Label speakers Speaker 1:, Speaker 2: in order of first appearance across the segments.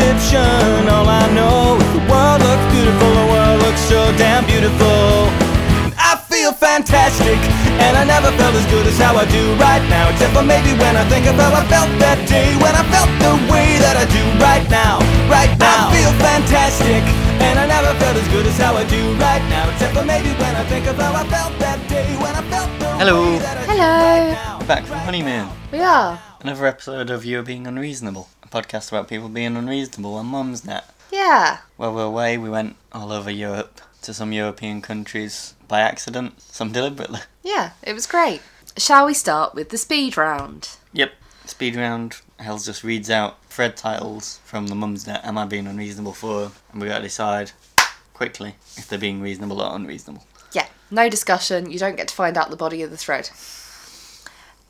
Speaker 1: ocean. All I know is the world looks beautiful, the world looks so damn beautiful. And I feel fantastic, and I never felt as good as how I do right now. Except for maybe when I think of how I felt that day, when I felt the way that I do right now, right now. I feel fantastic, and I never felt as good as how I do right now. Except for maybe when I think of how I felt that day, when I felt the
Speaker 2: Hello.
Speaker 1: way that I do
Speaker 3: Hello.
Speaker 1: right now.
Speaker 2: We're back from honeymoon.
Speaker 3: We are.
Speaker 2: Another episode of You're Being Unreasonable, a podcast about people being unreasonable on Mum's Net.
Speaker 3: Yeah.
Speaker 2: While we were away, we went all over Europe to some European countries by accident, some deliberately.
Speaker 3: Yeah. It was great. Shall we start with the speed round?
Speaker 2: Yep. Speed round. Hells just reads out thread titles from the Mum's Net. Am I being unreasonable for? And we gotta decide quickly if they're being reasonable or unreasonable.
Speaker 3: Yeah. No discussion. You don't get to find out the body of the thread.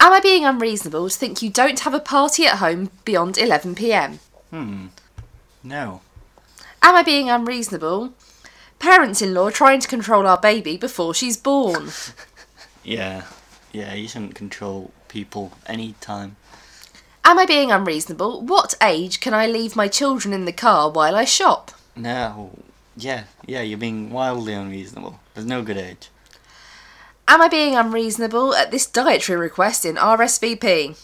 Speaker 3: Am I being unreasonable to think you don't have a party at home beyond 11 pm?
Speaker 2: No.
Speaker 3: Am I being unreasonable? Parents in law trying to control our baby before she's born.
Speaker 2: Yeah. Yeah, you shouldn't control people any time.
Speaker 3: Am I being unreasonable? What age can I leave my children in the car while I shop?
Speaker 2: No. Yeah, yeah, you're being wildly unreasonable. There's no good age.
Speaker 3: Am I being unreasonable at this dietary request in RSVP?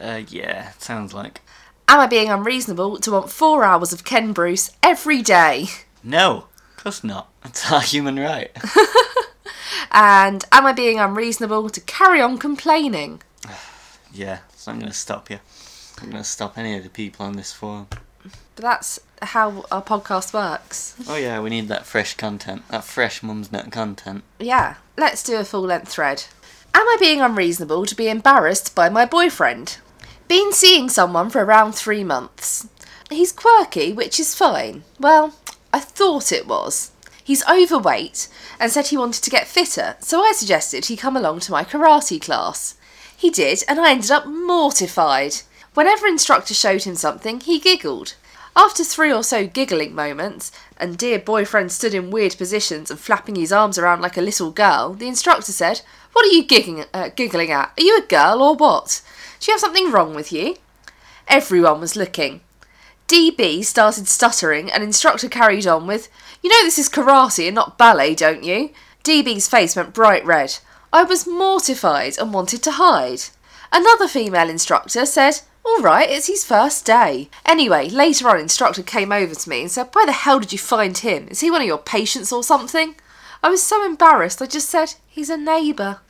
Speaker 2: Uh, yeah, sounds like.
Speaker 3: Am I being unreasonable to want four hours of Ken Bruce every day?
Speaker 2: No, of course not. It's our human right.
Speaker 3: And am I being unreasonable to carry on complaining?
Speaker 2: yeah, it's not gonna stop you. It's not gonna stop any of the people on this forum.
Speaker 3: But that's how our podcast works.
Speaker 2: Oh yeah, we need that fresh content, that fresh mum's net content.
Speaker 3: Yeah, let's do a full length thread. Am I being unreasonable to be embarrassed by my boyfriend? Been seeing someone for around three months. He's quirky, which is fine. Well, I thought it was. He's overweight and said he wanted to get fitter, so I suggested he come along to my karate class. He did, and I ended up mortified. Whenever instructor showed him something, he giggled. After three or so giggling moments, and dear boyfriend stood in weird positions and flapping his arms around like a little girl, the instructor said, What are you giggling, uh, giggling at? Are you a girl or what? Do you have something wrong with you? Everyone was looking. DB started stuttering, and instructor carried on with, You know, this is karate and not ballet, don't you? DB's face went bright red. I was mortified and wanted to hide. Another female instructor said, All right, it's his first day. Anyway, later on, instructor came over to me and said, Where the hell did you find him? Is he one of your patients or something? I was so embarrassed, I just said, He's a neighbour.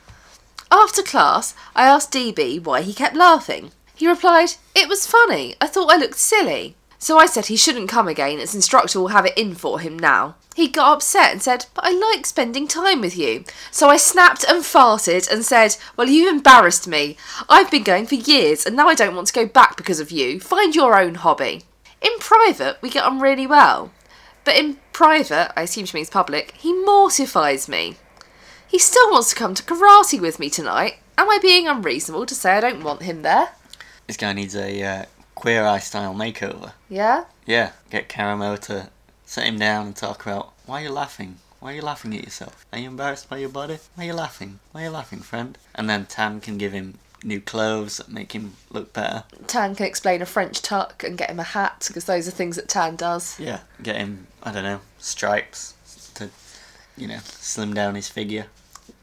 Speaker 3: After class, I asked DB why he kept laughing. He replied, It was funny. I thought I looked silly. So I said he shouldn't come again as instructor will have it in for him now. He got upset and said, But I like spending time with you. So I snapped and farted and said, Well, you embarrassed me. I've been going for years and now I don't want to go back because of you. Find your own hobby. In private, we get on really well. But in private, I assume she means public, he mortifies me. He still wants to come to karate with me tonight. Am I being unreasonable to say I don't want him there?
Speaker 2: This guy needs a uh, queer eye style makeover.
Speaker 3: Yeah?
Speaker 2: Yeah, get Karamo to sit him down and talk about why you're laughing. Why are you laughing at yourself? Are you embarrassed by your body? Why are you laughing? Why are you laughing, friend? And then Tam can give him new clothes that make him look better.
Speaker 3: Tan can explain a French tuck and get him a hat because those are things that Tan does.
Speaker 2: Yeah, get him, I don't know, stripes to, you know, slim down his figure.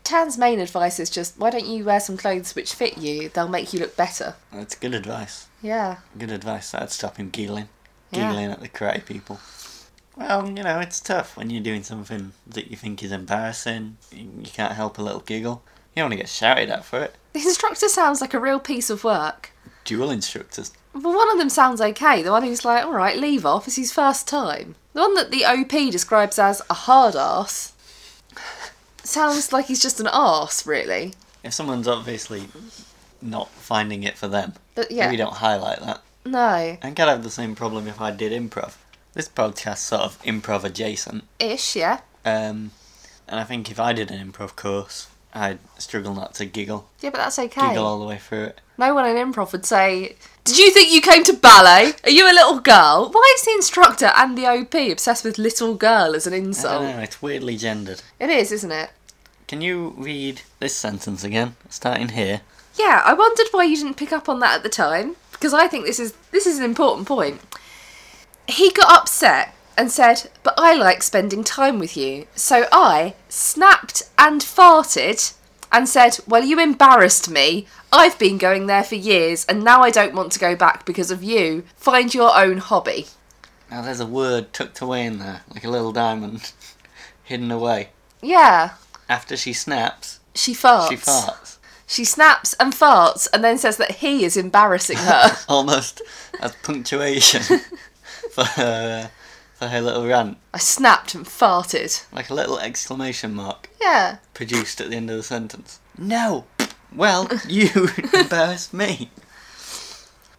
Speaker 3: Tan's main advice is just why don't you wear some clothes which fit you? They'll make you look better.
Speaker 2: That's good advice.
Speaker 3: Yeah.
Speaker 2: Good advice. That'd stop him giggling.
Speaker 3: Yeah.
Speaker 2: Giggling at the karate people. Well, you know, it's tough when you're doing something that you think is embarrassing. You you can't help a little giggle. You don't want to get shouted at for it.
Speaker 3: The instructor sounds like a real piece of work.
Speaker 2: Dual instructors.
Speaker 3: But one of them sounds okay. The one who's like, all right, leave off, is his first time. The one that the OP describes as a hard ass sounds like he's just an arse, really.
Speaker 2: If someone's obviously not finding it for them,
Speaker 3: But yeah.
Speaker 2: we don't highlight that.
Speaker 3: No.
Speaker 2: I think I'd have the same problem if I did improv. This podcast's sort of improv adjacent.
Speaker 3: Ish, yeah.
Speaker 2: Um, and I think if I did an improv course, I'd struggle not to giggle.
Speaker 3: Yeah, but that's okay.
Speaker 2: Giggle all the way through it.
Speaker 3: No one in improv would say, Did you think you came to ballet? Are you a little girl? Why is the instructor and the OP obsessed with little girl as an
Speaker 2: I don't
Speaker 3: insult?
Speaker 2: know, it's weirdly gendered.
Speaker 3: It is, isn't it?
Speaker 2: Can you read this sentence again, starting here?
Speaker 3: Yeah, I wondered why you didn't pick up on that at the time because I think this is this is an important point. He got upset and said, But I like spending time with you. So I snapped and farted and said, Well, you embarrassed me. I've been going there for years and now I don't want to go back because of you. Find your own hobby.
Speaker 2: Now there's a word tucked away in there, like a little diamond, hidden away.
Speaker 3: Yeah,
Speaker 2: After she snaps,
Speaker 3: she farts.
Speaker 2: she farts.
Speaker 3: She snaps and farts and then says that he is embarrassing her.
Speaker 2: Almost as punctuation for her uh, for her little rant,
Speaker 3: I snapped and farted.
Speaker 2: like a little exclamation mark
Speaker 3: Yeah.
Speaker 2: produced at the end of the sentence. No. Well, you embarrassed me.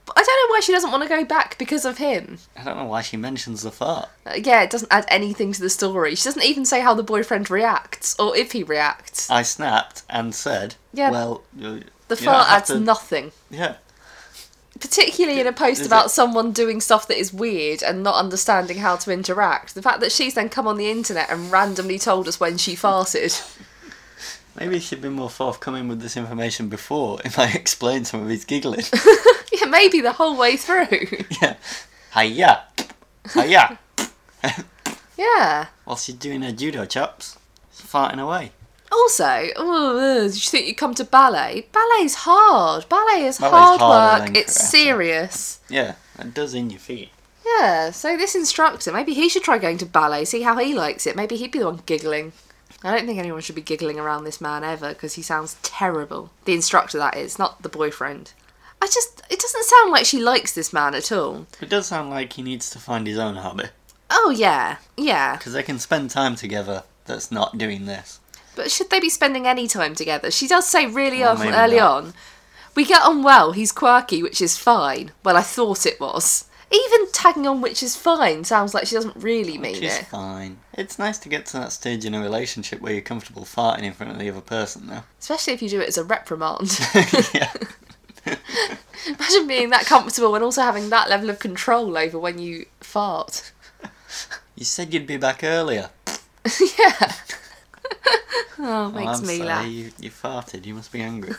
Speaker 3: But I don't know why she doesn't want to go back because of him.
Speaker 2: I don't know why she mentions the fart.
Speaker 3: Uh, yeah, it doesn't add anything to the story. She doesn't even say how the boyfriend reacts or if he reacts.
Speaker 2: I snapped and said,
Speaker 3: Yeah.
Speaker 2: "Well, you- Uh, you
Speaker 3: The
Speaker 2: don't
Speaker 3: fart
Speaker 2: have
Speaker 3: adds
Speaker 2: to-
Speaker 3: nothing.
Speaker 2: Yeah,
Speaker 3: Particularly in a post
Speaker 2: Is
Speaker 3: about
Speaker 2: it-
Speaker 3: someone doing stuff that is weird and not understanding how to interact. The fact that she's then come on the internet and randomly told us when she farted.
Speaker 2: maybe you should be more forthcoming with this information before. If I explain some of his giggling,
Speaker 3: yeah, maybe the whole way through.
Speaker 2: yeah, hiya, hiya.
Speaker 3: yeah.
Speaker 2: While she's doing her judo chops, she's farting away.
Speaker 3: Also, ooh, ugh, did you think you'd come to ballet? Ballet's hard. Ballet is
Speaker 2: Ballet's
Speaker 3: hard
Speaker 2: harder
Speaker 3: work.
Speaker 2: than
Speaker 3: It's
Speaker 2: karate.
Speaker 3: serious.
Speaker 2: Yeah, that does in your feet.
Speaker 3: Yeah, so this instructor, maybe he should try going to ballet, see how he likes it. Maybe he'd be the one giggling. I don't think anyone should be giggling around this man ever because he sounds terrible. The instructor, that is, not the boyfriend. I just, it doesn't sound like she likes this man at all.
Speaker 2: It does sound like he needs to find his own hobby
Speaker 3: Oh, yeah, yeah.
Speaker 2: because they can spend time together. That's not doing this.
Speaker 3: But should they be spending any time together? She does say really
Speaker 2: Well,
Speaker 3: off-
Speaker 2: maybe
Speaker 3: early
Speaker 2: not.
Speaker 3: on, we get on well, he's quirky, which is fine. Well, I thought it was. Even tagging on, which is fine, sounds like she doesn't really mean
Speaker 2: Which is
Speaker 3: it.
Speaker 2: fine. It's nice to get to that stage in a relationship where you're comfortable farting in front of the other person, though.
Speaker 3: Especially if you do it as a reprimand.
Speaker 2: yeah.
Speaker 3: Imagine being that comfortable and also having that level of control over when you fart.
Speaker 2: You said you'd be back earlier.
Speaker 3: yeah. oh,
Speaker 2: Oh,
Speaker 3: makes
Speaker 2: I'm
Speaker 3: me
Speaker 2: sorry,
Speaker 3: laugh.
Speaker 2: You, you farted. You must be angry.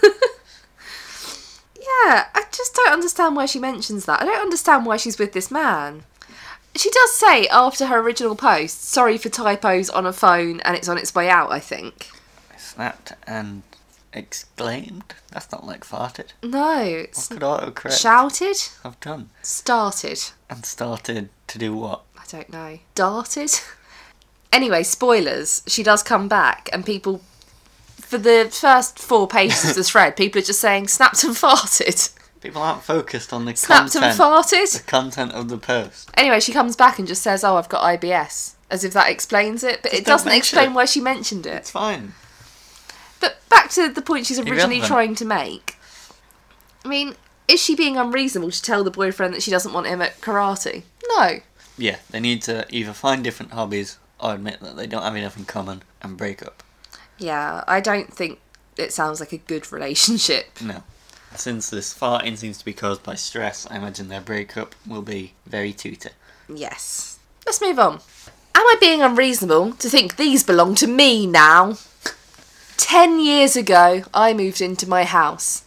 Speaker 3: Yeah, I just don't understand why she mentions that. I don't understand why she's with this man. She does say after her original post, sorry for typos on a phone and it's on its way out, I think.
Speaker 2: I snapped and exclaimed. That's not like farted.
Speaker 3: No,
Speaker 2: What
Speaker 3: it's
Speaker 2: could autocorrect
Speaker 3: shouted,
Speaker 2: have done?
Speaker 3: started.
Speaker 2: And started to do what?
Speaker 3: I don't know. Darted? Anyway, spoilers. She does come back, and people, for the first four pages of the thread, people are just saying snapped and farted.
Speaker 2: People aren't focused on the
Speaker 3: Snapped
Speaker 2: content.
Speaker 3: and farted?
Speaker 2: the content of the post.
Speaker 3: Anyway, she comes back and just says, Oh, I've got IBS. As if that explains it, but it
Speaker 2: don't
Speaker 3: doesn't
Speaker 2: mention
Speaker 3: explain
Speaker 2: it.
Speaker 3: why she mentioned
Speaker 2: It's
Speaker 3: it.
Speaker 2: fine.
Speaker 3: But back to the point she's originally
Speaker 2: Irrelevant.
Speaker 3: trying to make. I mean, is she being unreasonable to tell the boyfriend that she doesn't want him at karate? No.
Speaker 2: Yeah, they need to either find different hobbies or admit that they don't have enough in common and break up.
Speaker 3: Yeah, I don't think it sounds like a good relationship.
Speaker 2: No. Since this farting seems to be caused by stress, I imagine their breakup will be very tutor.
Speaker 3: Yes. Let's move on. Am I being unreasonable to think these belong to me now? Ten years ago, I moved into my house.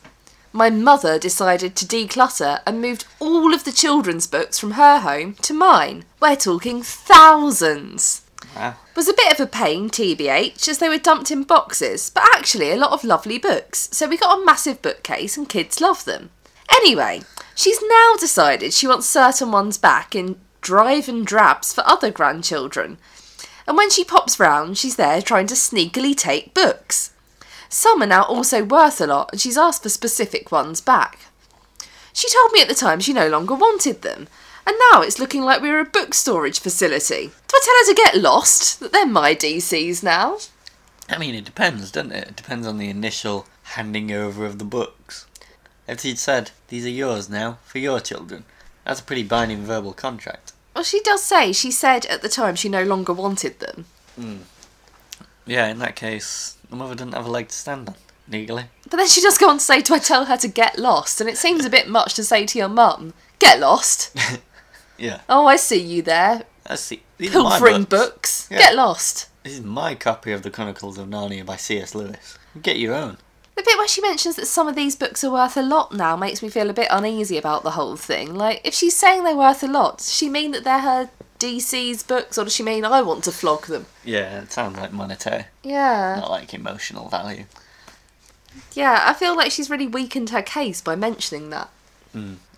Speaker 3: My mother decided to declutter and moved all of the children's books from her home to mine. We're talking thousands.
Speaker 2: Wow.
Speaker 3: Was a bit of a pain, TBH, as they were dumped in boxes, but actually a lot of lovely books, so we got a massive bookcase and kids love them. Anyway, she's now decided she wants certain ones back in drive and drabs for other grandchildren. And when she pops round, she's there trying to sneakily take books. Some are now also worth a lot, and she's asked for specific ones back. She told me at the time she no longer wanted them, and now it's looking like we're a book storage facility. Do I tell her to get lost? That they're my DCs now?
Speaker 2: I mean, it depends, doesn't it? It depends on the initial handing over of the books. If he'd said, these are yours now, for your children, that's a pretty binding verbal contract.
Speaker 3: Well, she does say she said at the time she no longer wanted them.
Speaker 2: Yeah, in that case, the mother didn't have a leg to stand on, legally.
Speaker 3: But then she does go on to say, Do I tell her to get lost? And it seems a bit much to say to your mum, Get lost.
Speaker 2: Yeah.
Speaker 3: Oh, I see you there,
Speaker 2: That's the, these are my
Speaker 3: pilfering
Speaker 2: books.
Speaker 3: books.
Speaker 2: Yeah.
Speaker 3: Get lost.
Speaker 2: This is my copy of The Chronicles of Narnia by C.S. Lewis. Get your own.
Speaker 3: The bit where she mentions that some of these books are worth a lot now makes me feel a bit uneasy about the whole thing. Like, if she's saying they're worth a lot, does she mean that they're her DC's books, or does she mean I want to flog them?
Speaker 2: Yeah, it sounds like monetary,
Speaker 3: Yeah.
Speaker 2: not like emotional value.
Speaker 3: Yeah, I feel like she's really weakened her case by mentioning that.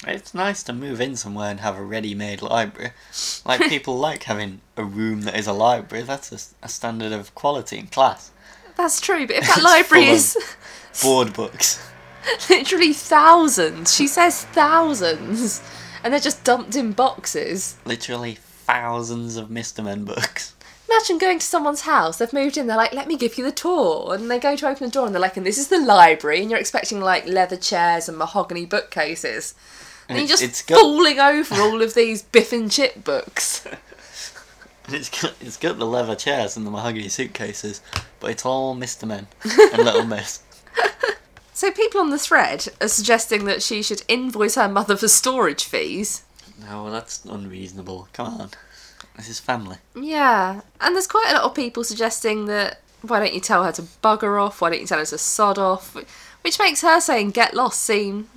Speaker 2: It's nice to move in somewhere and have a ready-made library. Like people like having a room that is a library. That's a, s- a standard of quality in class.
Speaker 3: That's true, but if that library
Speaker 2: full
Speaker 3: is
Speaker 2: Board books.
Speaker 3: literally thousands, she says thousands, and they're just dumped in boxes.
Speaker 2: Literally thousands of Mr. Men books.
Speaker 3: Imagine going to someone's house, they've moved in, they're like, let me give you the tour. And they go to open the door and they're like, and this is the library, and you're expecting like leather chairs and mahogany bookcases. And you're
Speaker 2: It-
Speaker 3: just
Speaker 2: it's got-
Speaker 3: falling over all of these Biff and Chip books.
Speaker 2: It's got, it's got the leather chairs and the mahogany suitcases, but it's all Mr. Men and Little Miss.
Speaker 3: So people on the thread are suggesting that she should invoice her mother for storage fees.
Speaker 2: No, well, that's unreasonable. Come on. This is family.
Speaker 3: Yeah, and there's quite a lot of people suggesting that why don't you tell her to bugger off? Why don't you tell her to sod off? Which makes her saying get lost seem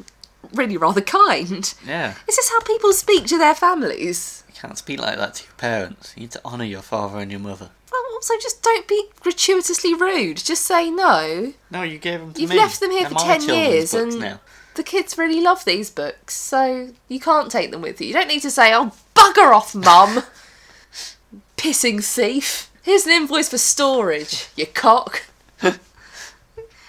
Speaker 3: really rather kind.
Speaker 2: Yeah.
Speaker 3: Is this how people speak to their families?
Speaker 2: You can't speak like that to your parents. You need to honour your father and your mother.
Speaker 3: Well, also, just don't be gratuitously rude. Just say no.
Speaker 2: No, you gave them to
Speaker 3: You've
Speaker 2: me.
Speaker 3: left them here
Speaker 2: They're
Speaker 3: for
Speaker 2: my
Speaker 3: 10
Speaker 2: children's
Speaker 3: years
Speaker 2: books
Speaker 3: and-
Speaker 2: now.
Speaker 3: The kids really love these books, so you can't take them with you. You don't need to say, oh, bugger off, mum. Pissing thief. Here's an invoice for storage, you cock.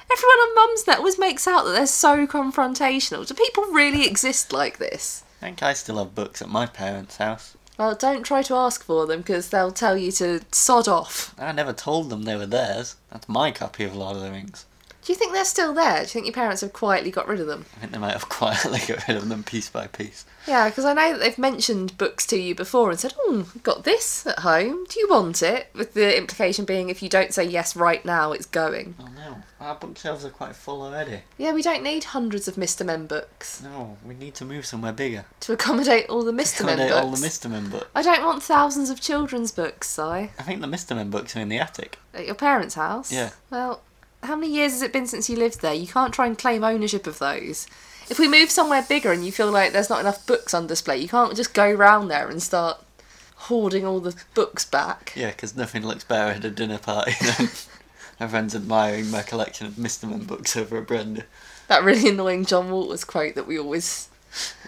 Speaker 3: Everyone on Mumsnet always makes out that they're so confrontational. Do people really exist like this?
Speaker 2: I think I still have books at my parents' house.
Speaker 3: Well, don't try to ask for them because they'll tell you to sod off.
Speaker 2: I never told them they were theirs. That's my copy of Lord of the Rings.
Speaker 3: Do you think they're still there? Do you think your parents have quietly got rid of them?
Speaker 2: I think they might have quietly got rid of them piece by piece.
Speaker 3: Yeah, because I know that they've mentioned books to you before and said, "Oh, I've got this at home. Do you want it?" With the implication being, if you don't say yes right now, it's going.
Speaker 2: Oh no, our bookshelves are quite full already.
Speaker 3: Yeah, we don't need hundreds of Mr. Men books
Speaker 2: No, we need to move somewhere bigger.
Speaker 3: to accommodate all the Mr. Men
Speaker 2: Accommodate
Speaker 3: books.
Speaker 2: all the Mr. Men books.
Speaker 3: I don't want thousands of children's books, Si,
Speaker 2: I think the Mr. Men books are in the attic.
Speaker 3: at your parents' house.
Speaker 2: Yeah.
Speaker 3: Well, how many years has it been since you lived there? You can't try and claim ownership of those. If we move somewhere bigger and you feel like there's not enough books on display, you can't just go round there and start hoarding all the books back.
Speaker 2: Yeah, 'cause nothing looks better at a dinner party than my friends admiring my collection of Mr. Men books over a Brenda.
Speaker 3: That really annoying John Walters quote that we always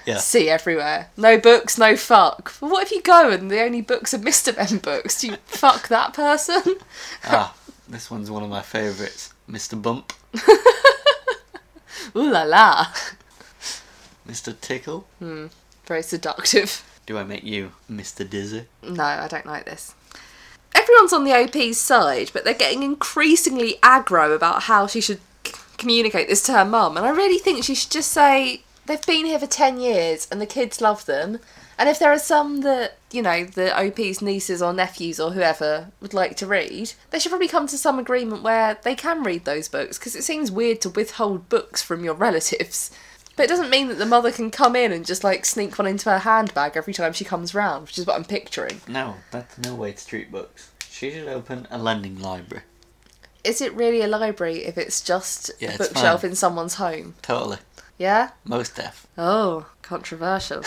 Speaker 2: Yeah.
Speaker 3: see everywhere. No books, no fuck. But what if you go and the only books are Mr. Ben books? Do you fuck that person?
Speaker 2: Ah, this one's one of my favourites. Mr. Bump,
Speaker 3: Ooh la la.
Speaker 2: Mr. Tickle.
Speaker 3: Very seductive.
Speaker 2: Do I make you Mr. Dizzy?
Speaker 3: No, I don't like this. Everyone's on the OP's side, but they're getting increasingly aggro about how she should c- communicate this to her mum. And I really think she should just say, they've been here for 10 years and the kids love them. And if there are some that, you know, the OP's nieces or nephews or whoever would like to read, they should probably come to some agreement where they can read those books because it seems weird to withhold books from your relatives. But it doesn't mean that the mother can come in and just like sneak one into her handbag every time she comes round, which is what I'm picturing.
Speaker 2: No, that's no way to treat books. She should open a lending library.
Speaker 3: is it really a library if it's just
Speaker 2: Yeah,
Speaker 3: a
Speaker 2: it's
Speaker 3: bookshelf
Speaker 2: fine.
Speaker 3: in someone's home?
Speaker 2: Totally.
Speaker 3: Yeah?
Speaker 2: Most deaf.
Speaker 3: Oh, controversial.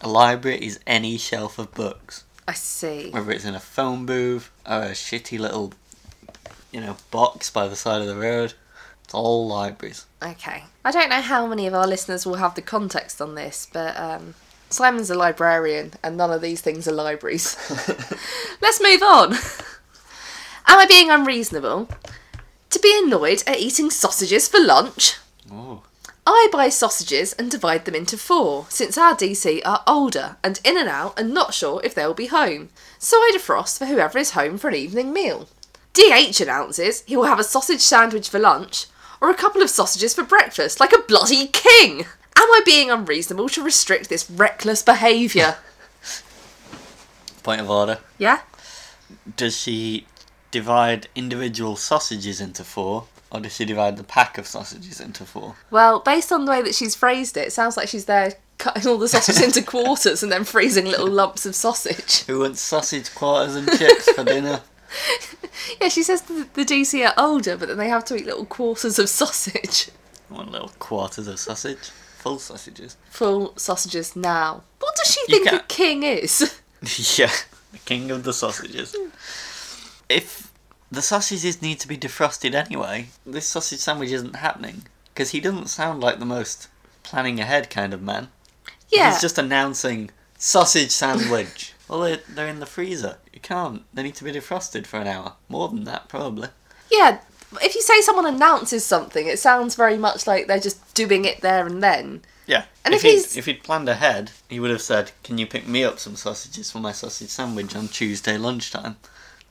Speaker 2: A library is any shelf of books,
Speaker 3: I see.
Speaker 2: whether it's in a phone booth or a shitty little, you know, box by the side of the road. It's all libraries.
Speaker 3: Okay. I don't know how many of our listeners will have the context on this, but um, Simon's a librarian and none of these things are libraries. Let's move on. Am I being unreasonable? To be annoyed at eating sausages for lunch?
Speaker 2: Oh,
Speaker 3: I buy sausages and divide them into four, since our DC are older and in and out and not sure if they'll be home. So I defrost for whoever is home for an evening meal. DH announces he will have a sausage sandwich for lunch or a couple of sausages for breakfast, like a bloody king. Am I being unreasonable to restrict this reckless behaviour?
Speaker 2: point of order.
Speaker 3: yeah?
Speaker 2: Does she divide individual sausages into four, or does she divide the pack of sausages into four?
Speaker 3: Well, based on the way that she's phrased it, it sounds like she's there cutting all the sausages into quarters and then freezing little lumps of sausage.
Speaker 2: Who wants sausage quarters and chips for dinner?
Speaker 3: Yeah, she says the, the DC are older, but then they have to eat little quarters of sausage.
Speaker 2: One little quarters of sausage. Full sausages.
Speaker 3: Full sausages now. What does she
Speaker 2: You
Speaker 3: think a
Speaker 2: can't-
Speaker 3: king is?
Speaker 2: yeah. The king of the sausages. if the sausages need to be defrosted anyway, this sausage sandwich isn't happening. Because he doesn't sound like the most planning ahead kind of man.
Speaker 3: Yeah.
Speaker 2: He's just announcing sausage sandwich. well, they're, they're in the freezer. You can't. They need to be defrosted for an hour. More than that, probably.
Speaker 3: Yeah, if you say someone announces something, it sounds very much like they're just doing it there and then.
Speaker 2: Yeah.
Speaker 3: And
Speaker 2: if, he'd,
Speaker 3: if he's-
Speaker 2: if he'd planned ahead, he would have said, "Can you pick me up some sausages for my sausage sandwich on Tuesday lunchtime?"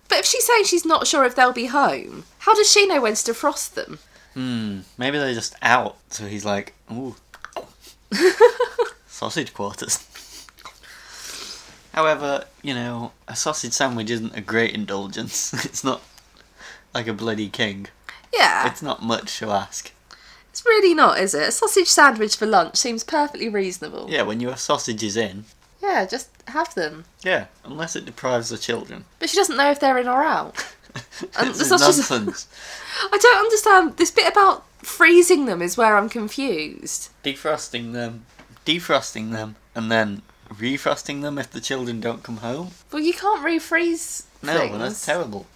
Speaker 3: But if she's saying she's not sure if they'll be home, how does she know when to defrost them?
Speaker 2: Hmm. Maybe they're just out, so he's like, "Ooh, sausage quarters." However, you know, a sausage sandwich isn't a great indulgence. it's not like a bloody king.
Speaker 3: Yeah, it's,
Speaker 2: It's not much to ask.
Speaker 3: really not, is it? A sausage sandwich for lunch seems perfectly reasonable.
Speaker 2: Yeah, when you have sausages in.
Speaker 3: Yeah, just have them.
Speaker 2: Yeah, unless it deprives the children.
Speaker 3: But she doesn't know if they're in or out. And
Speaker 2: it's
Speaker 3: Um, the sausages-
Speaker 2: nonsense.
Speaker 3: I don't understand. This bit about freezing them is where I'm confused.
Speaker 2: defrosting them, defrosting them, and then refrosting them if the children don't come home.
Speaker 3: Well, you can't refreeze
Speaker 2: No, well, that's
Speaker 3: things.
Speaker 2: terrible.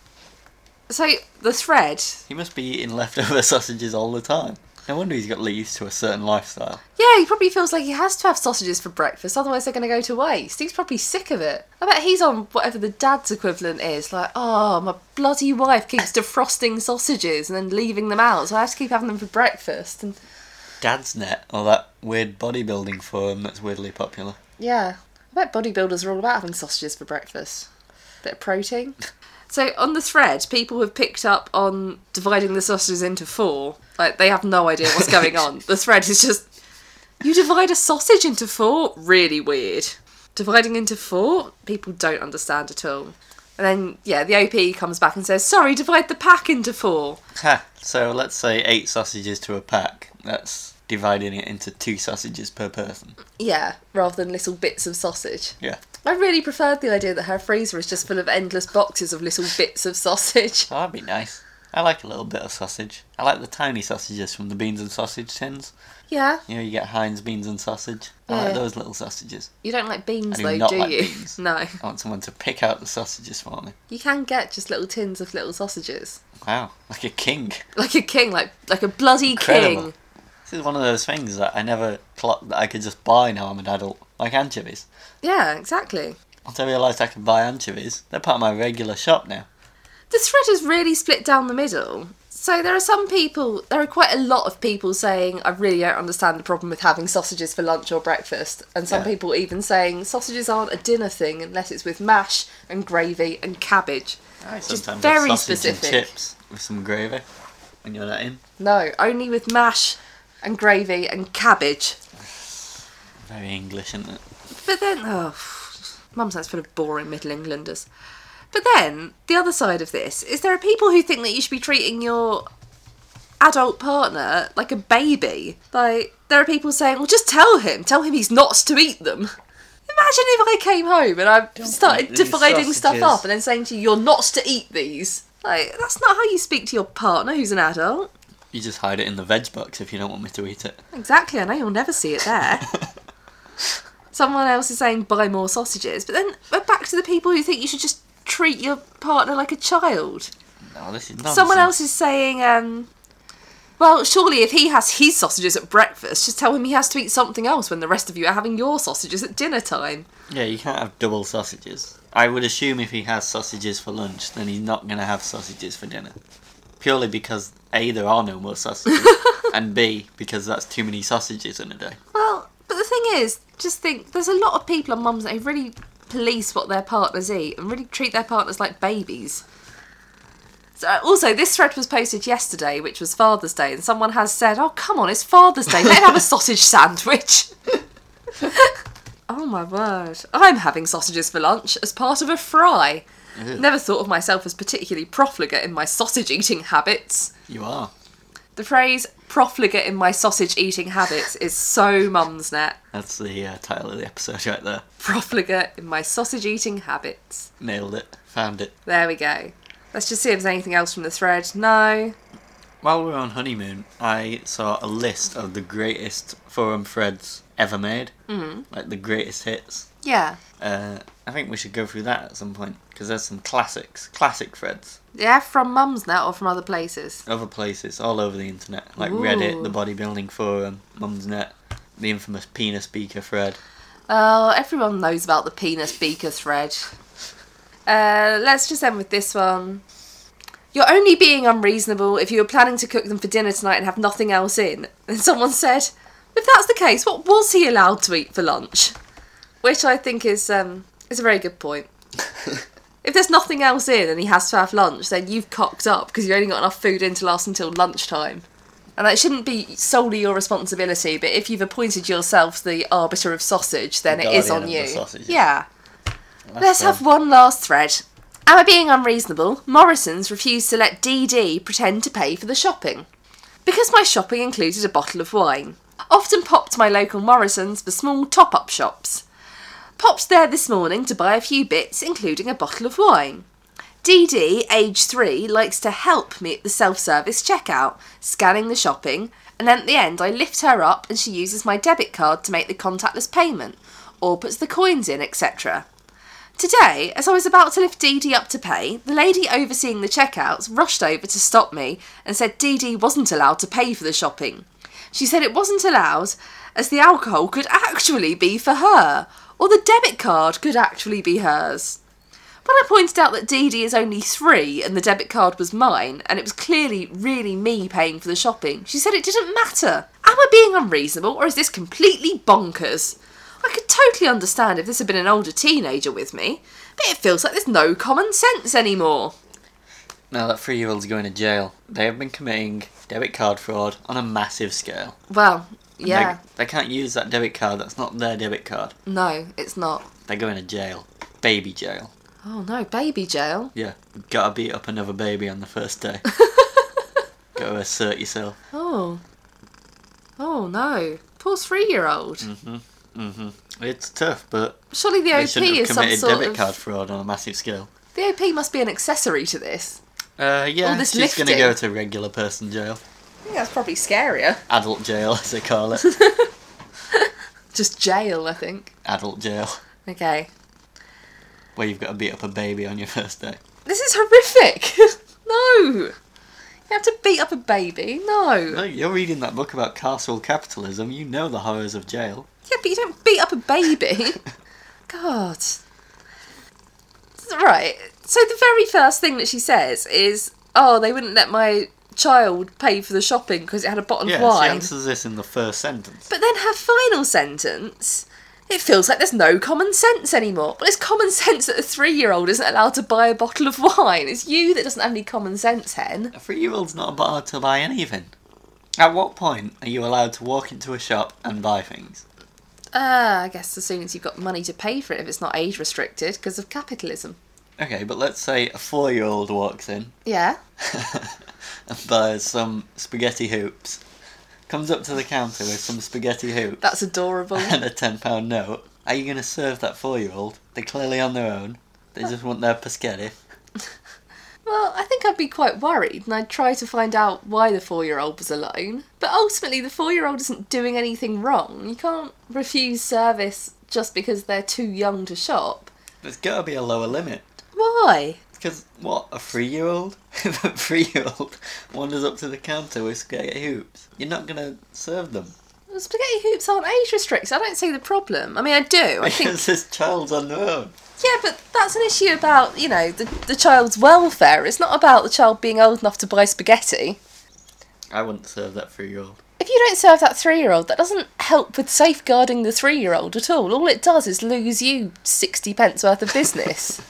Speaker 3: so the thread.
Speaker 2: He must be eating leftover sausages all the time. No wonder he's got leads to a certain lifestyle.
Speaker 3: Yeah, he probably feels like he has to have sausages for breakfast, otherwise they're going to go to waste. He's probably sick of it. I bet he's on whatever the dad's equivalent is. Like, oh, my bloody wife keeps defrosting sausages and then leaving them out, so I have to keep having them for breakfast. And
Speaker 2: Dad's net, or that weird bodybuilding forum that's weirdly popular.
Speaker 3: yeah, I bet bodybuilders are all about having sausages for breakfast. Bit of protein. So on the thread, people have picked up on dividing the sausages into four. Like they have no idea what's going on. The thread is just you divide a sausage into four. Really weird. Dividing into four, people don't understand at all. And then yeah, the OP comes back and says, "Sorry, divide the pack into four.
Speaker 2: Ha! So let's say eight sausages to a pack. That's dividing it into two sausages per person.
Speaker 3: Yeah, rather than little bits of sausage.
Speaker 2: Yeah.
Speaker 3: I really preferred the idea that her freezer is just full of endless boxes of little bits of sausage.
Speaker 2: Oh, that'd be nice. I like a little bit of sausage. I like the tiny sausages from the beans and sausage tins.
Speaker 3: Yeah,
Speaker 2: You know, you get Heinz beans and sausage. I
Speaker 3: Yeah.
Speaker 2: like those little sausages.
Speaker 3: you don't like
Speaker 2: I
Speaker 3: beans
Speaker 2: do
Speaker 3: though,
Speaker 2: not
Speaker 3: do
Speaker 2: like
Speaker 3: you?
Speaker 2: beans.
Speaker 3: No.
Speaker 2: I want someone to pick out the sausages for me.
Speaker 3: You can get just little tins of little sausages.
Speaker 2: Wow, like a king.
Speaker 3: Like a king, like like a bloody
Speaker 2: Incredible.
Speaker 3: king.
Speaker 2: This is one of those things that I never clocked that I could just buy now I'm an adult, like anchovies.
Speaker 3: Yeah, exactly.
Speaker 2: Once I realised I could buy anchovies, they're part of my regular shop now.
Speaker 3: The thread is really split down the middle. So there are some people, there are quite a lot of people saying, I really don't understand the problem with having sausages for lunch or breakfast. And some
Speaker 2: Yeah.
Speaker 3: people even saying, sausages aren't a dinner thing unless it's with mash and gravy and cabbage.
Speaker 2: I
Speaker 3: Ah, Just
Speaker 2: sometimes have
Speaker 3: very
Speaker 2: sausage
Speaker 3: specific.
Speaker 2: and chips with some gravy. When you're not in,
Speaker 3: No, only with mash and gravy and cabbage.
Speaker 2: very English, isn't it?
Speaker 3: But then, oh, mum sounds full of boring Middle Englanders. But then, the other side of this is there are people who think that you should be treating your adult partner like a baby. Like, there are people saying, well, just tell him, tell him he's not to eat them. Imagine if I came home and I started
Speaker 2: eat these
Speaker 3: dividing stuff
Speaker 2: sausages.
Speaker 3: up and then saying to you, you're not to eat these. Like, that's not how you speak to your partner who's an adult.
Speaker 2: You just hide it in the veg box if you don't want me to eat it.
Speaker 3: Exactly, I know you'll never see it there. Someone else is saying buy more sausages, but then we're back to the people who think you should just treat your partner like a child.
Speaker 2: No, this is nonsense.
Speaker 3: Someone else is saying, um, well, surely if he has his sausages at breakfast, just tell him he has to eat something else when the rest of you are having your sausages at dinner time.
Speaker 2: Yeah, you can't have double sausages. I would assume if he has sausages for lunch, then he's not going to have sausages for dinner. Purely because A, there are no more sausages, and B, because that's too many sausages in a day.
Speaker 3: Well, but the thing is, just think there's a lot of people on mums that who really police what their partners eat and really treat their partners like babies. So, uh, also, this thread was posted yesterday, which was Father's Day, and someone has said, "Oh, come on, it's Father's Day. Let him have a sausage sandwich." oh my word! I'm having sausages for lunch as part of a fry. Never thought of myself as particularly profligate in my sausage eating habits.
Speaker 2: You are.
Speaker 3: The phrase "profligate in my sausage eating habits" is so mum's net
Speaker 2: That's the uh, title of the episode right there.
Speaker 3: profligate in my sausage eating habits.
Speaker 2: Nailed it. Found it.
Speaker 3: There we go. Let's just see if there's anything else from the thread. No.
Speaker 2: While we were on honeymoon, I saw a list of the greatest forum threads ever made, mm. like the greatest hits.
Speaker 3: Yeah.
Speaker 2: Uh, I think we should go through that at some point because there's some classics, classic threads,
Speaker 3: Yeah, from Mum's Net or from other places.
Speaker 2: other places, all over the internet, like
Speaker 3: Ooh.
Speaker 2: Reddit, the bodybuilding forum, Mum's Net, the infamous penis beaker thread.
Speaker 3: Oh, everyone knows about the penis beaker thread. Uh, let's just end with this one. You're only being unreasonable if you were planning to cook them for dinner tonight and have nothing else in. And someone said, if that's the case, what was he allowed to eat for lunch? Which I think is um, is a very good point. if there's nothing else in and he has to have lunch, then you've cocked up because you only got enough food in to last until lunchtime. And that shouldn't be solely your responsibility, but if you've appointed yourself the arbiter of sausage, then it
Speaker 2: guardian
Speaker 3: is on
Speaker 2: of the
Speaker 3: you.
Speaker 2: sausages.
Speaker 3: yeah. Let's
Speaker 2: fun.
Speaker 3: have one last thread. Am I being unreasonable? Morrison's refused to let DD pretend to pay for the shopping. Because my shopping included a bottle of wine. Often popped my local Morrison's for small top up shops. Popped there this morning to buy a few bits, including a bottle of wine. DD, age three, likes to help me at the self service checkout, scanning the shopping, and then at the end I lift her up and she uses my debit card to make the contactless payment, or puts the coins in, etc. Today, as I was about to lift DD up to pay, the lady overseeing the checkouts rushed over to stop me and said DD wasn't allowed to pay for the shopping. She said it wasn't allowed as the alcohol could actually be for her, or the debit card could actually be hers. When I pointed out that DD is only three and the debit card was mine, and it was clearly really me paying for the shopping, she said it didn't matter. Am I being unreasonable or is this completely bonkers? I could totally understand if this had been an older teenager with me, but it feels like there's no common sense anymore.
Speaker 2: Now that three year old's going to jail, they have been committing debit card fraud on a massive scale.
Speaker 3: Well,
Speaker 2: They-
Speaker 3: yeah,
Speaker 2: They, can't use that debit card, that's not their debit card.
Speaker 3: no, it's not.
Speaker 2: They're going to jail. Baby jail.
Speaker 3: Oh no, baby jail.
Speaker 2: Yeah, gotta beat up another baby on the first day. gotta assert yourself.
Speaker 3: Oh. Oh no. Poor three year old.
Speaker 2: It's tough, but
Speaker 3: Surely the
Speaker 2: Mm. they
Speaker 3: OP
Speaker 2: shouldn't have
Speaker 3: is some
Speaker 2: committed
Speaker 3: sort
Speaker 2: debit
Speaker 3: of.
Speaker 2: card fraud on a massive scale.
Speaker 3: The OP must be an accessory to this.
Speaker 2: Uh, yeah,
Speaker 3: All this
Speaker 2: she's gonna
Speaker 3: lifting.
Speaker 2: go to regular person jail.
Speaker 3: I think that's probably scarier.
Speaker 2: Adult jail, as they call it.
Speaker 3: Just jail, I think.
Speaker 2: Adult jail,
Speaker 3: Okay.
Speaker 2: where you've gotta beat up a baby on your first day.
Speaker 3: This is horrific. no. You have to beat up a baby.
Speaker 2: No,
Speaker 3: No.
Speaker 2: you're reading that book about carceral capitalism, you know the horrors of jail.
Speaker 3: Yeah, but you don't beat up a baby. God. Right. So the very first thing that she says is, "Oh, they wouldn't let my child pay for the shopping because it had a bottle
Speaker 2: Yeah,
Speaker 3: of wine."
Speaker 2: she answers this in the first sentence.
Speaker 3: But then her final sentence, it feels like there's no common sense anymore. Well, it's common sense that a three year old isn't allowed to buy a bottle of wine. It's you that doesn't have any common sense, Hen.
Speaker 2: A three-year-old's not allowed to buy anything. At what point are you allowed to walk into a shop and buy things?
Speaker 3: Uh, I guess as soon as you've got money to pay for it, if it's not age restricted because of capitalism.
Speaker 2: Okay, but let's say a four-year-old walks in
Speaker 3: Yeah.
Speaker 2: and buys some spaghetti hoops, comes up to the counter with some spaghetti hoops
Speaker 3: That's adorable.
Speaker 2: and a ten-pound note. Are you going to serve that four-year-old? They're clearly on their own. They just want their pescetti.
Speaker 3: well, I think I'd be quite worried and I'd try to find out why the four year old was alone. But ultimately, the four year old isn't doing anything wrong. You can't refuse service just because they're too young to shop.
Speaker 2: There's got to be a lower limit.
Speaker 3: Why?
Speaker 2: Because, what, a three-year-old? if a three-year-old wanders up to the counter with spaghetti hoops, you're not going to serve them.
Speaker 3: Well, Spaghetti hoops aren't age restricted. I don't see the problem. I mean, I do. I think,
Speaker 2: Because this child's on their own.
Speaker 3: yeah, but that's an issue about you know the the child's welfare. It's not about the child being old enough to buy spaghetti.
Speaker 2: I wouldn't serve that three-year-old.
Speaker 3: If you don't serve that three year old, that doesn't help with safeguarding the three year old at all. All it does is lose you sixty pence worth of business.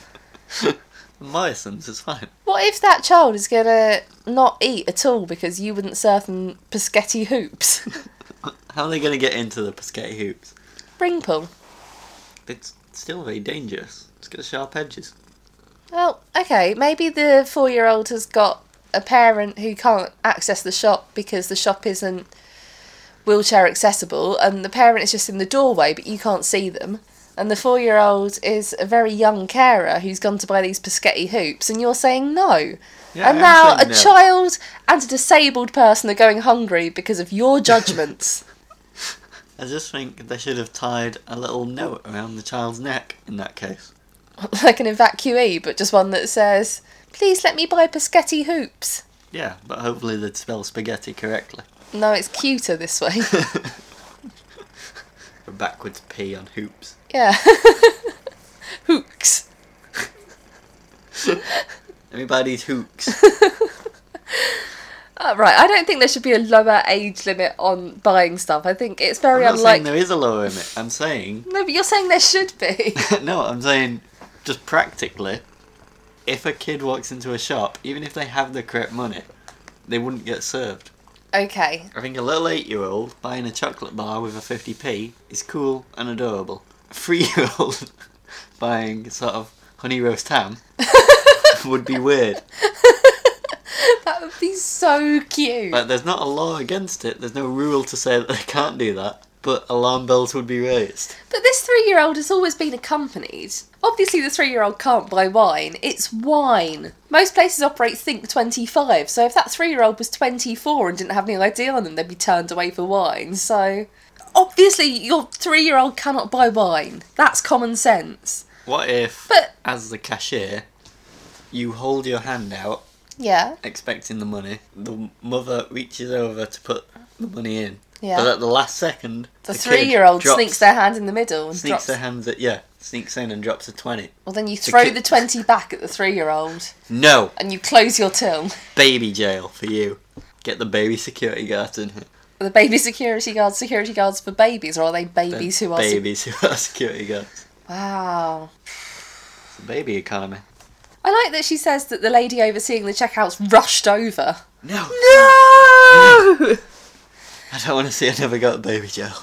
Speaker 2: Morrison's is fine.
Speaker 3: what if that child is gonna not eat at all because you wouldn't serve them spaghetti hoops?
Speaker 2: How are they going to get into the pescetti hoops?
Speaker 3: Ring pull.
Speaker 2: It's still very dangerous. It's got sharp edges.
Speaker 3: Well, okay, maybe the four year old has got a parent who can't access the shop because the shop isn't wheelchair accessible and the parent is just in the doorway but you can't see them. and the four year old is a very young carer who's gone to buy these Pescetti hoops, and you're saying no.
Speaker 2: Yeah, I am
Speaker 3: and now a
Speaker 2: saying no.
Speaker 3: child and a disabled person are going hungry because of your judgments.
Speaker 2: I just think they should have tied a little note around the child's neck in that case.
Speaker 3: like an evacuee, but just one that says, please let me buy Pescetti hoops.
Speaker 2: Yeah, but hopefully they'd spell spaghetti correctly.
Speaker 3: No, it's cuter this way.
Speaker 2: A backwards P on hoops.
Speaker 3: yeah. Hooks.
Speaker 2: Let me buy these hooks.
Speaker 3: Uh, right, I don't think there should be a lower age limit on buying stuff. I think it's
Speaker 2: I'm
Speaker 3: very
Speaker 2: not saying
Speaker 3: unlikely.
Speaker 2: there is a lower limit. I'm saying
Speaker 3: No, but you're saying there should be.
Speaker 2: no, I'm saying just practically, if a kid walks into a shop, even if they have the correct money, they wouldn't get served.
Speaker 3: okay,
Speaker 2: I think a little eight year old buying a chocolate bar with a 50p is cool and adorable. A three year old buying sort of honey roast ham would be weird.
Speaker 3: that would be so cute.
Speaker 2: Like, there's not a law against it, there's no rule to say that they can't do that, but alarm bells would be raised.
Speaker 3: But this three year old has always been accompanied. Obviously, the three year old can't buy wine. It's wine. Most places operate Think 25, so if that three year old was 24 and didn't have any idea on them, they'd be turned away for wine. So, obviously, your three year old cannot buy wine. That's common sense.
Speaker 2: What if,
Speaker 3: But-
Speaker 2: as the cashier, you hold your hand out
Speaker 3: Yeah.
Speaker 2: expecting the money. The mother reaches over to put the money in.
Speaker 3: Yeah.
Speaker 2: But at the last second,
Speaker 3: The,
Speaker 2: kid
Speaker 3: three year old
Speaker 2: drops-
Speaker 3: sneaks their hand in the middle and
Speaker 2: sneaks
Speaker 3: drops.
Speaker 2: their hands at yeah, sneaks in and drops a twenty.
Speaker 3: Well, then you throw the,
Speaker 2: kid-
Speaker 3: 20 back at the three year old
Speaker 2: No,
Speaker 3: and you close your till.
Speaker 2: baby jail for you. Get the baby security guard in here.
Speaker 3: The baby security guards, security guards for babies, or are they
Speaker 2: Then
Speaker 3: babies who are. sec-
Speaker 2: babies who are security guards.
Speaker 3: wow.
Speaker 2: It's the baby economy.
Speaker 3: I like that she says that the lady overseeing the checkouts rushed over.
Speaker 2: No,
Speaker 3: No! Do
Speaker 2: I don't want to see another go to baby jail.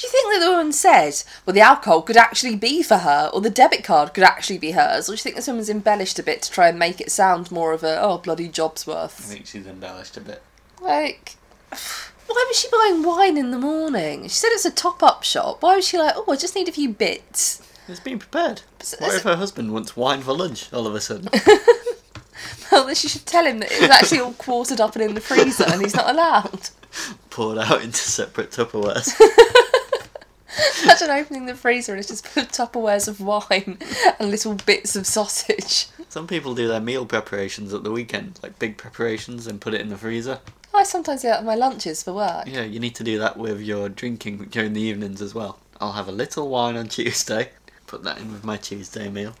Speaker 3: you think that the woman said, well, the alcohol could actually be for her, or the debit card could actually be hers? Or do you think this woman's embellished a bit to try and make it sound more of a, oh, bloody job's
Speaker 2: I
Speaker 3: worth?
Speaker 2: think she's embellished a bit.
Speaker 3: Like, why was she buying wine in the morning? She said it's a top up shop. Why was she like, oh, I just need a few bits?
Speaker 2: It's been prepared.
Speaker 3: Is-
Speaker 2: What
Speaker 3: is-
Speaker 2: if her husband wants wine for lunch all of a sudden?
Speaker 3: Well, then she should tell him that it was actually all quartered up and in the freezer and he's not allowed.
Speaker 2: Poured out into separate Tupperwares.
Speaker 3: Imagine opening the freezer and it's just full of Tupperwares of wine and little bits of sausage.
Speaker 2: Some people do their meal preparations at the weekend, like big preparations, and put it in the freezer.
Speaker 3: I sometimes do that at my lunches for work.
Speaker 2: Yeah, you need to do that with your drinking during the evenings as well. I'll have a little wine on Tuesday, put that in with my Tuesday meal.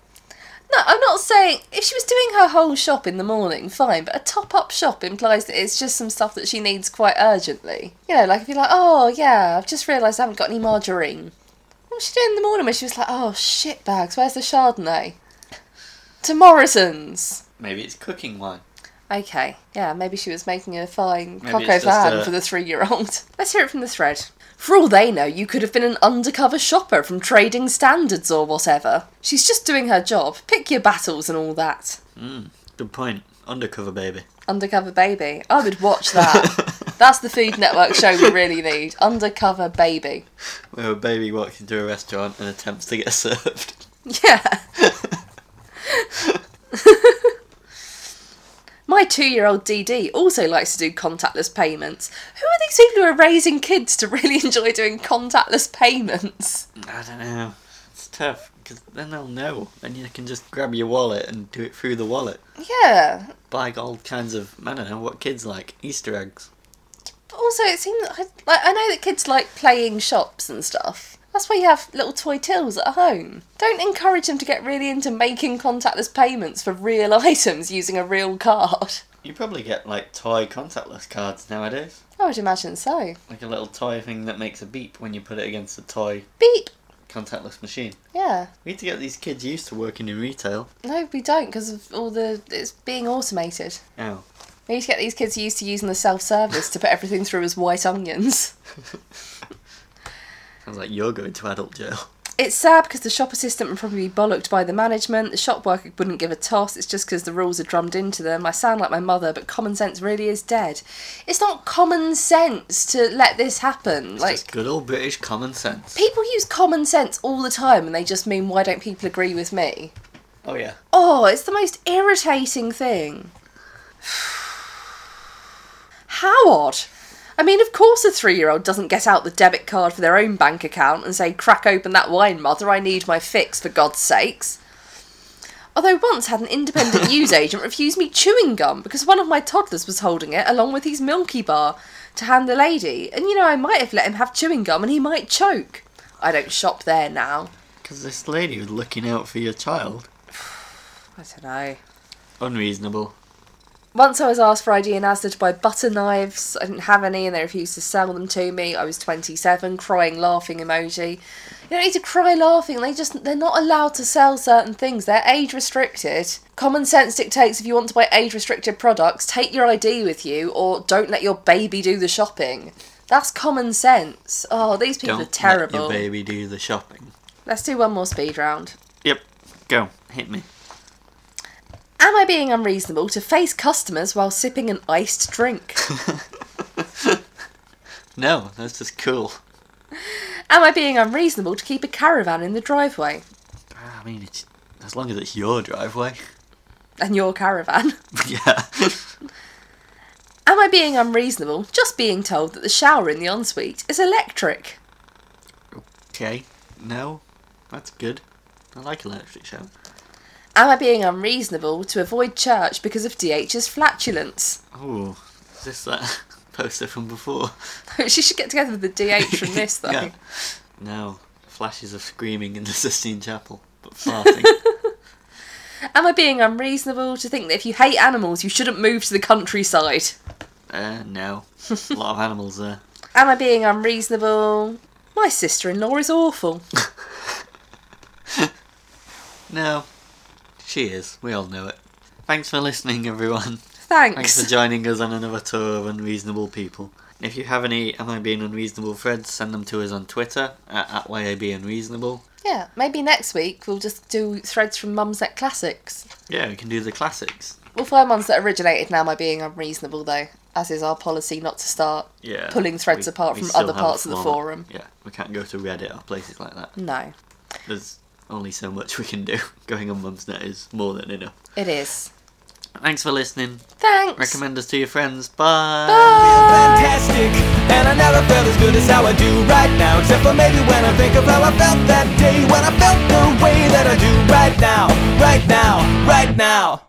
Speaker 3: No, I'm not saying if she was doing her whole shop in the morning, fine, but a top up shop implies that it's just some stuff that she needs quite urgently. You know, like if you're like, oh yeah, I've just realised I haven't got any margarine. What was she doing in the morning when she was like, oh shit bags, where's the Chardonnay? To Morrison's.
Speaker 2: Maybe it's cooking wine.
Speaker 3: Okay, yeah, maybe she was making a fine
Speaker 2: Maybe
Speaker 3: cock
Speaker 2: it's just
Speaker 3: van
Speaker 2: a-
Speaker 3: for the three year old. Let's hear it from the thread. For all they know, you could have been an undercover shopper from Trading Standards or whatever. She's just doing her job. Pick your battles and all that.
Speaker 2: Good point. Undercover baby.
Speaker 3: Undercover Baby. I would watch that. That's the Food Network show we really need. Undercover Baby.
Speaker 2: Where a baby walks into a restaurant and attempts to get served.
Speaker 3: Yeah. My two year old DD also likes to do contactless payments. Who are these people who are raising kids to really enjoy doing contactless payments?
Speaker 2: I don't know. It's tough, because then they'll know. Then you can just grab your wallet and do it through the wallet.
Speaker 3: Yeah.
Speaker 2: Buy all kinds of, I don't know, what kids like. Easter eggs.
Speaker 3: But also, it seems I, like I know that kids like playing shops and stuff. That's why you have little toy tills at home. Don't encourage them to get really into making contactless payments for real items using a real card.
Speaker 2: You probably get like toy contactless cards nowadays.
Speaker 3: I would imagine so.
Speaker 2: like a little toy thing that makes a beep when you put it against a toy
Speaker 3: Beep.
Speaker 2: contactless machine.
Speaker 3: Yeah.
Speaker 2: We need to get these kids used to working in retail.
Speaker 3: No, we don't because of all the it's being automated.
Speaker 2: Oh,
Speaker 3: We need to get these kids used to using the self service to put everything through as white onions.
Speaker 2: sounds like you're going to adult jail.
Speaker 3: It's sad because the shop assistant would probably be bollocked by the management. The shop worker wouldn't give a toss. It's just because the rules are drummed into them. I sound like my mother, but common sense really is dead. It's not common sense to let this happen. like
Speaker 2: Just good old British common sense.
Speaker 3: people use common sense all the time, and they just mean, "Why don't people agree with me?"
Speaker 2: Oh yeah.
Speaker 3: Oh, it's the most irritating thing. How odd. I mean, of course, a three year old doesn't get out the debit card for their own bank account and say, crack open that wine, mother, I need my fix, for God's sakes. Although, I once had an independent news agent refuse me chewing gum because one of my toddlers was holding it along with his Milky Bar to hand the lady, and you know, I might have let him have chewing gum and he might choke. I don't shop there now.
Speaker 2: Because this lady was looking out for your child.
Speaker 3: I don't know.
Speaker 2: Unreasonable.
Speaker 3: Once I was asked for ID and Asda to buy butter knives. I didn't have any and they refused to sell them to me. I was 27, crying, laughing emoji. You don't need to cry laughing. They just, they're not allowed to sell certain things. They're age restricted. Common sense dictates if you want to buy age restricted products, take your ID with you or don't let your baby do the shopping. That's common sense. Oh, these people
Speaker 2: Don't
Speaker 3: are
Speaker 2: let your
Speaker 3: terrible.
Speaker 2: baby do the shopping.
Speaker 3: Let's do one more speed round.
Speaker 2: Yep. Go. Hit me.
Speaker 3: Am I being unreasonable to face customers while sipping an iced drink?
Speaker 2: No, that's just cool.
Speaker 3: Am I being unreasonable to keep a caravan in the driveway?
Speaker 2: I mean, it's as long as it's your driveway.
Speaker 3: And your caravan?
Speaker 2: yeah.
Speaker 3: Am I being unreasonable just being told that the shower in the ensuite is electric?
Speaker 2: okay. No, that's good. I like electric show.
Speaker 3: Am I being unreasonable to avoid church because of DH's flatulence?
Speaker 2: Oh, is this that poster from before?
Speaker 3: she should get together with the DH from this, though.
Speaker 2: Yeah. No, flashes of screaming in the Sistine Chapel, but farting.
Speaker 3: Am I being unreasonable to think that if you hate animals, you shouldn't move to the countryside?
Speaker 2: uh, no. A lot of animals there.
Speaker 3: Am I being unreasonable? My sister in law is awful.
Speaker 2: No, she is. We all know it. Thanks for listening, everyone. Thanks for joining us on another tour of Unreasonable People. If you have any Am I Being Unreasonable threads, send them to us on Twitter at, at YABUnreasonable.
Speaker 3: Yeah, maybe next week we'll just do threads from Mum's Net Classics.
Speaker 2: Yeah, we can do the classics.
Speaker 3: We'll find ones that originated now by being unreasonable, though, as is our policy not to start
Speaker 2: Yeah.
Speaker 3: pulling threads
Speaker 2: we-
Speaker 3: apart
Speaker 2: we
Speaker 3: from
Speaker 2: still
Speaker 3: other
Speaker 2: have a
Speaker 3: parts of the
Speaker 2: format.
Speaker 3: forum.
Speaker 2: Yeah, we can't go to Reddit or places like that.
Speaker 3: No,
Speaker 2: There's only so much we can do. Going on Mumsnet is more than enough.
Speaker 3: it is.
Speaker 2: Thanks for listening.
Speaker 3: Thanks.
Speaker 2: Recommend us to your friends. Bye.
Speaker 1: feel fantastic And I never felt as good as how I do right now Except for maybe when I think of how I felt that day When I felt the way that I do right now Right now, right now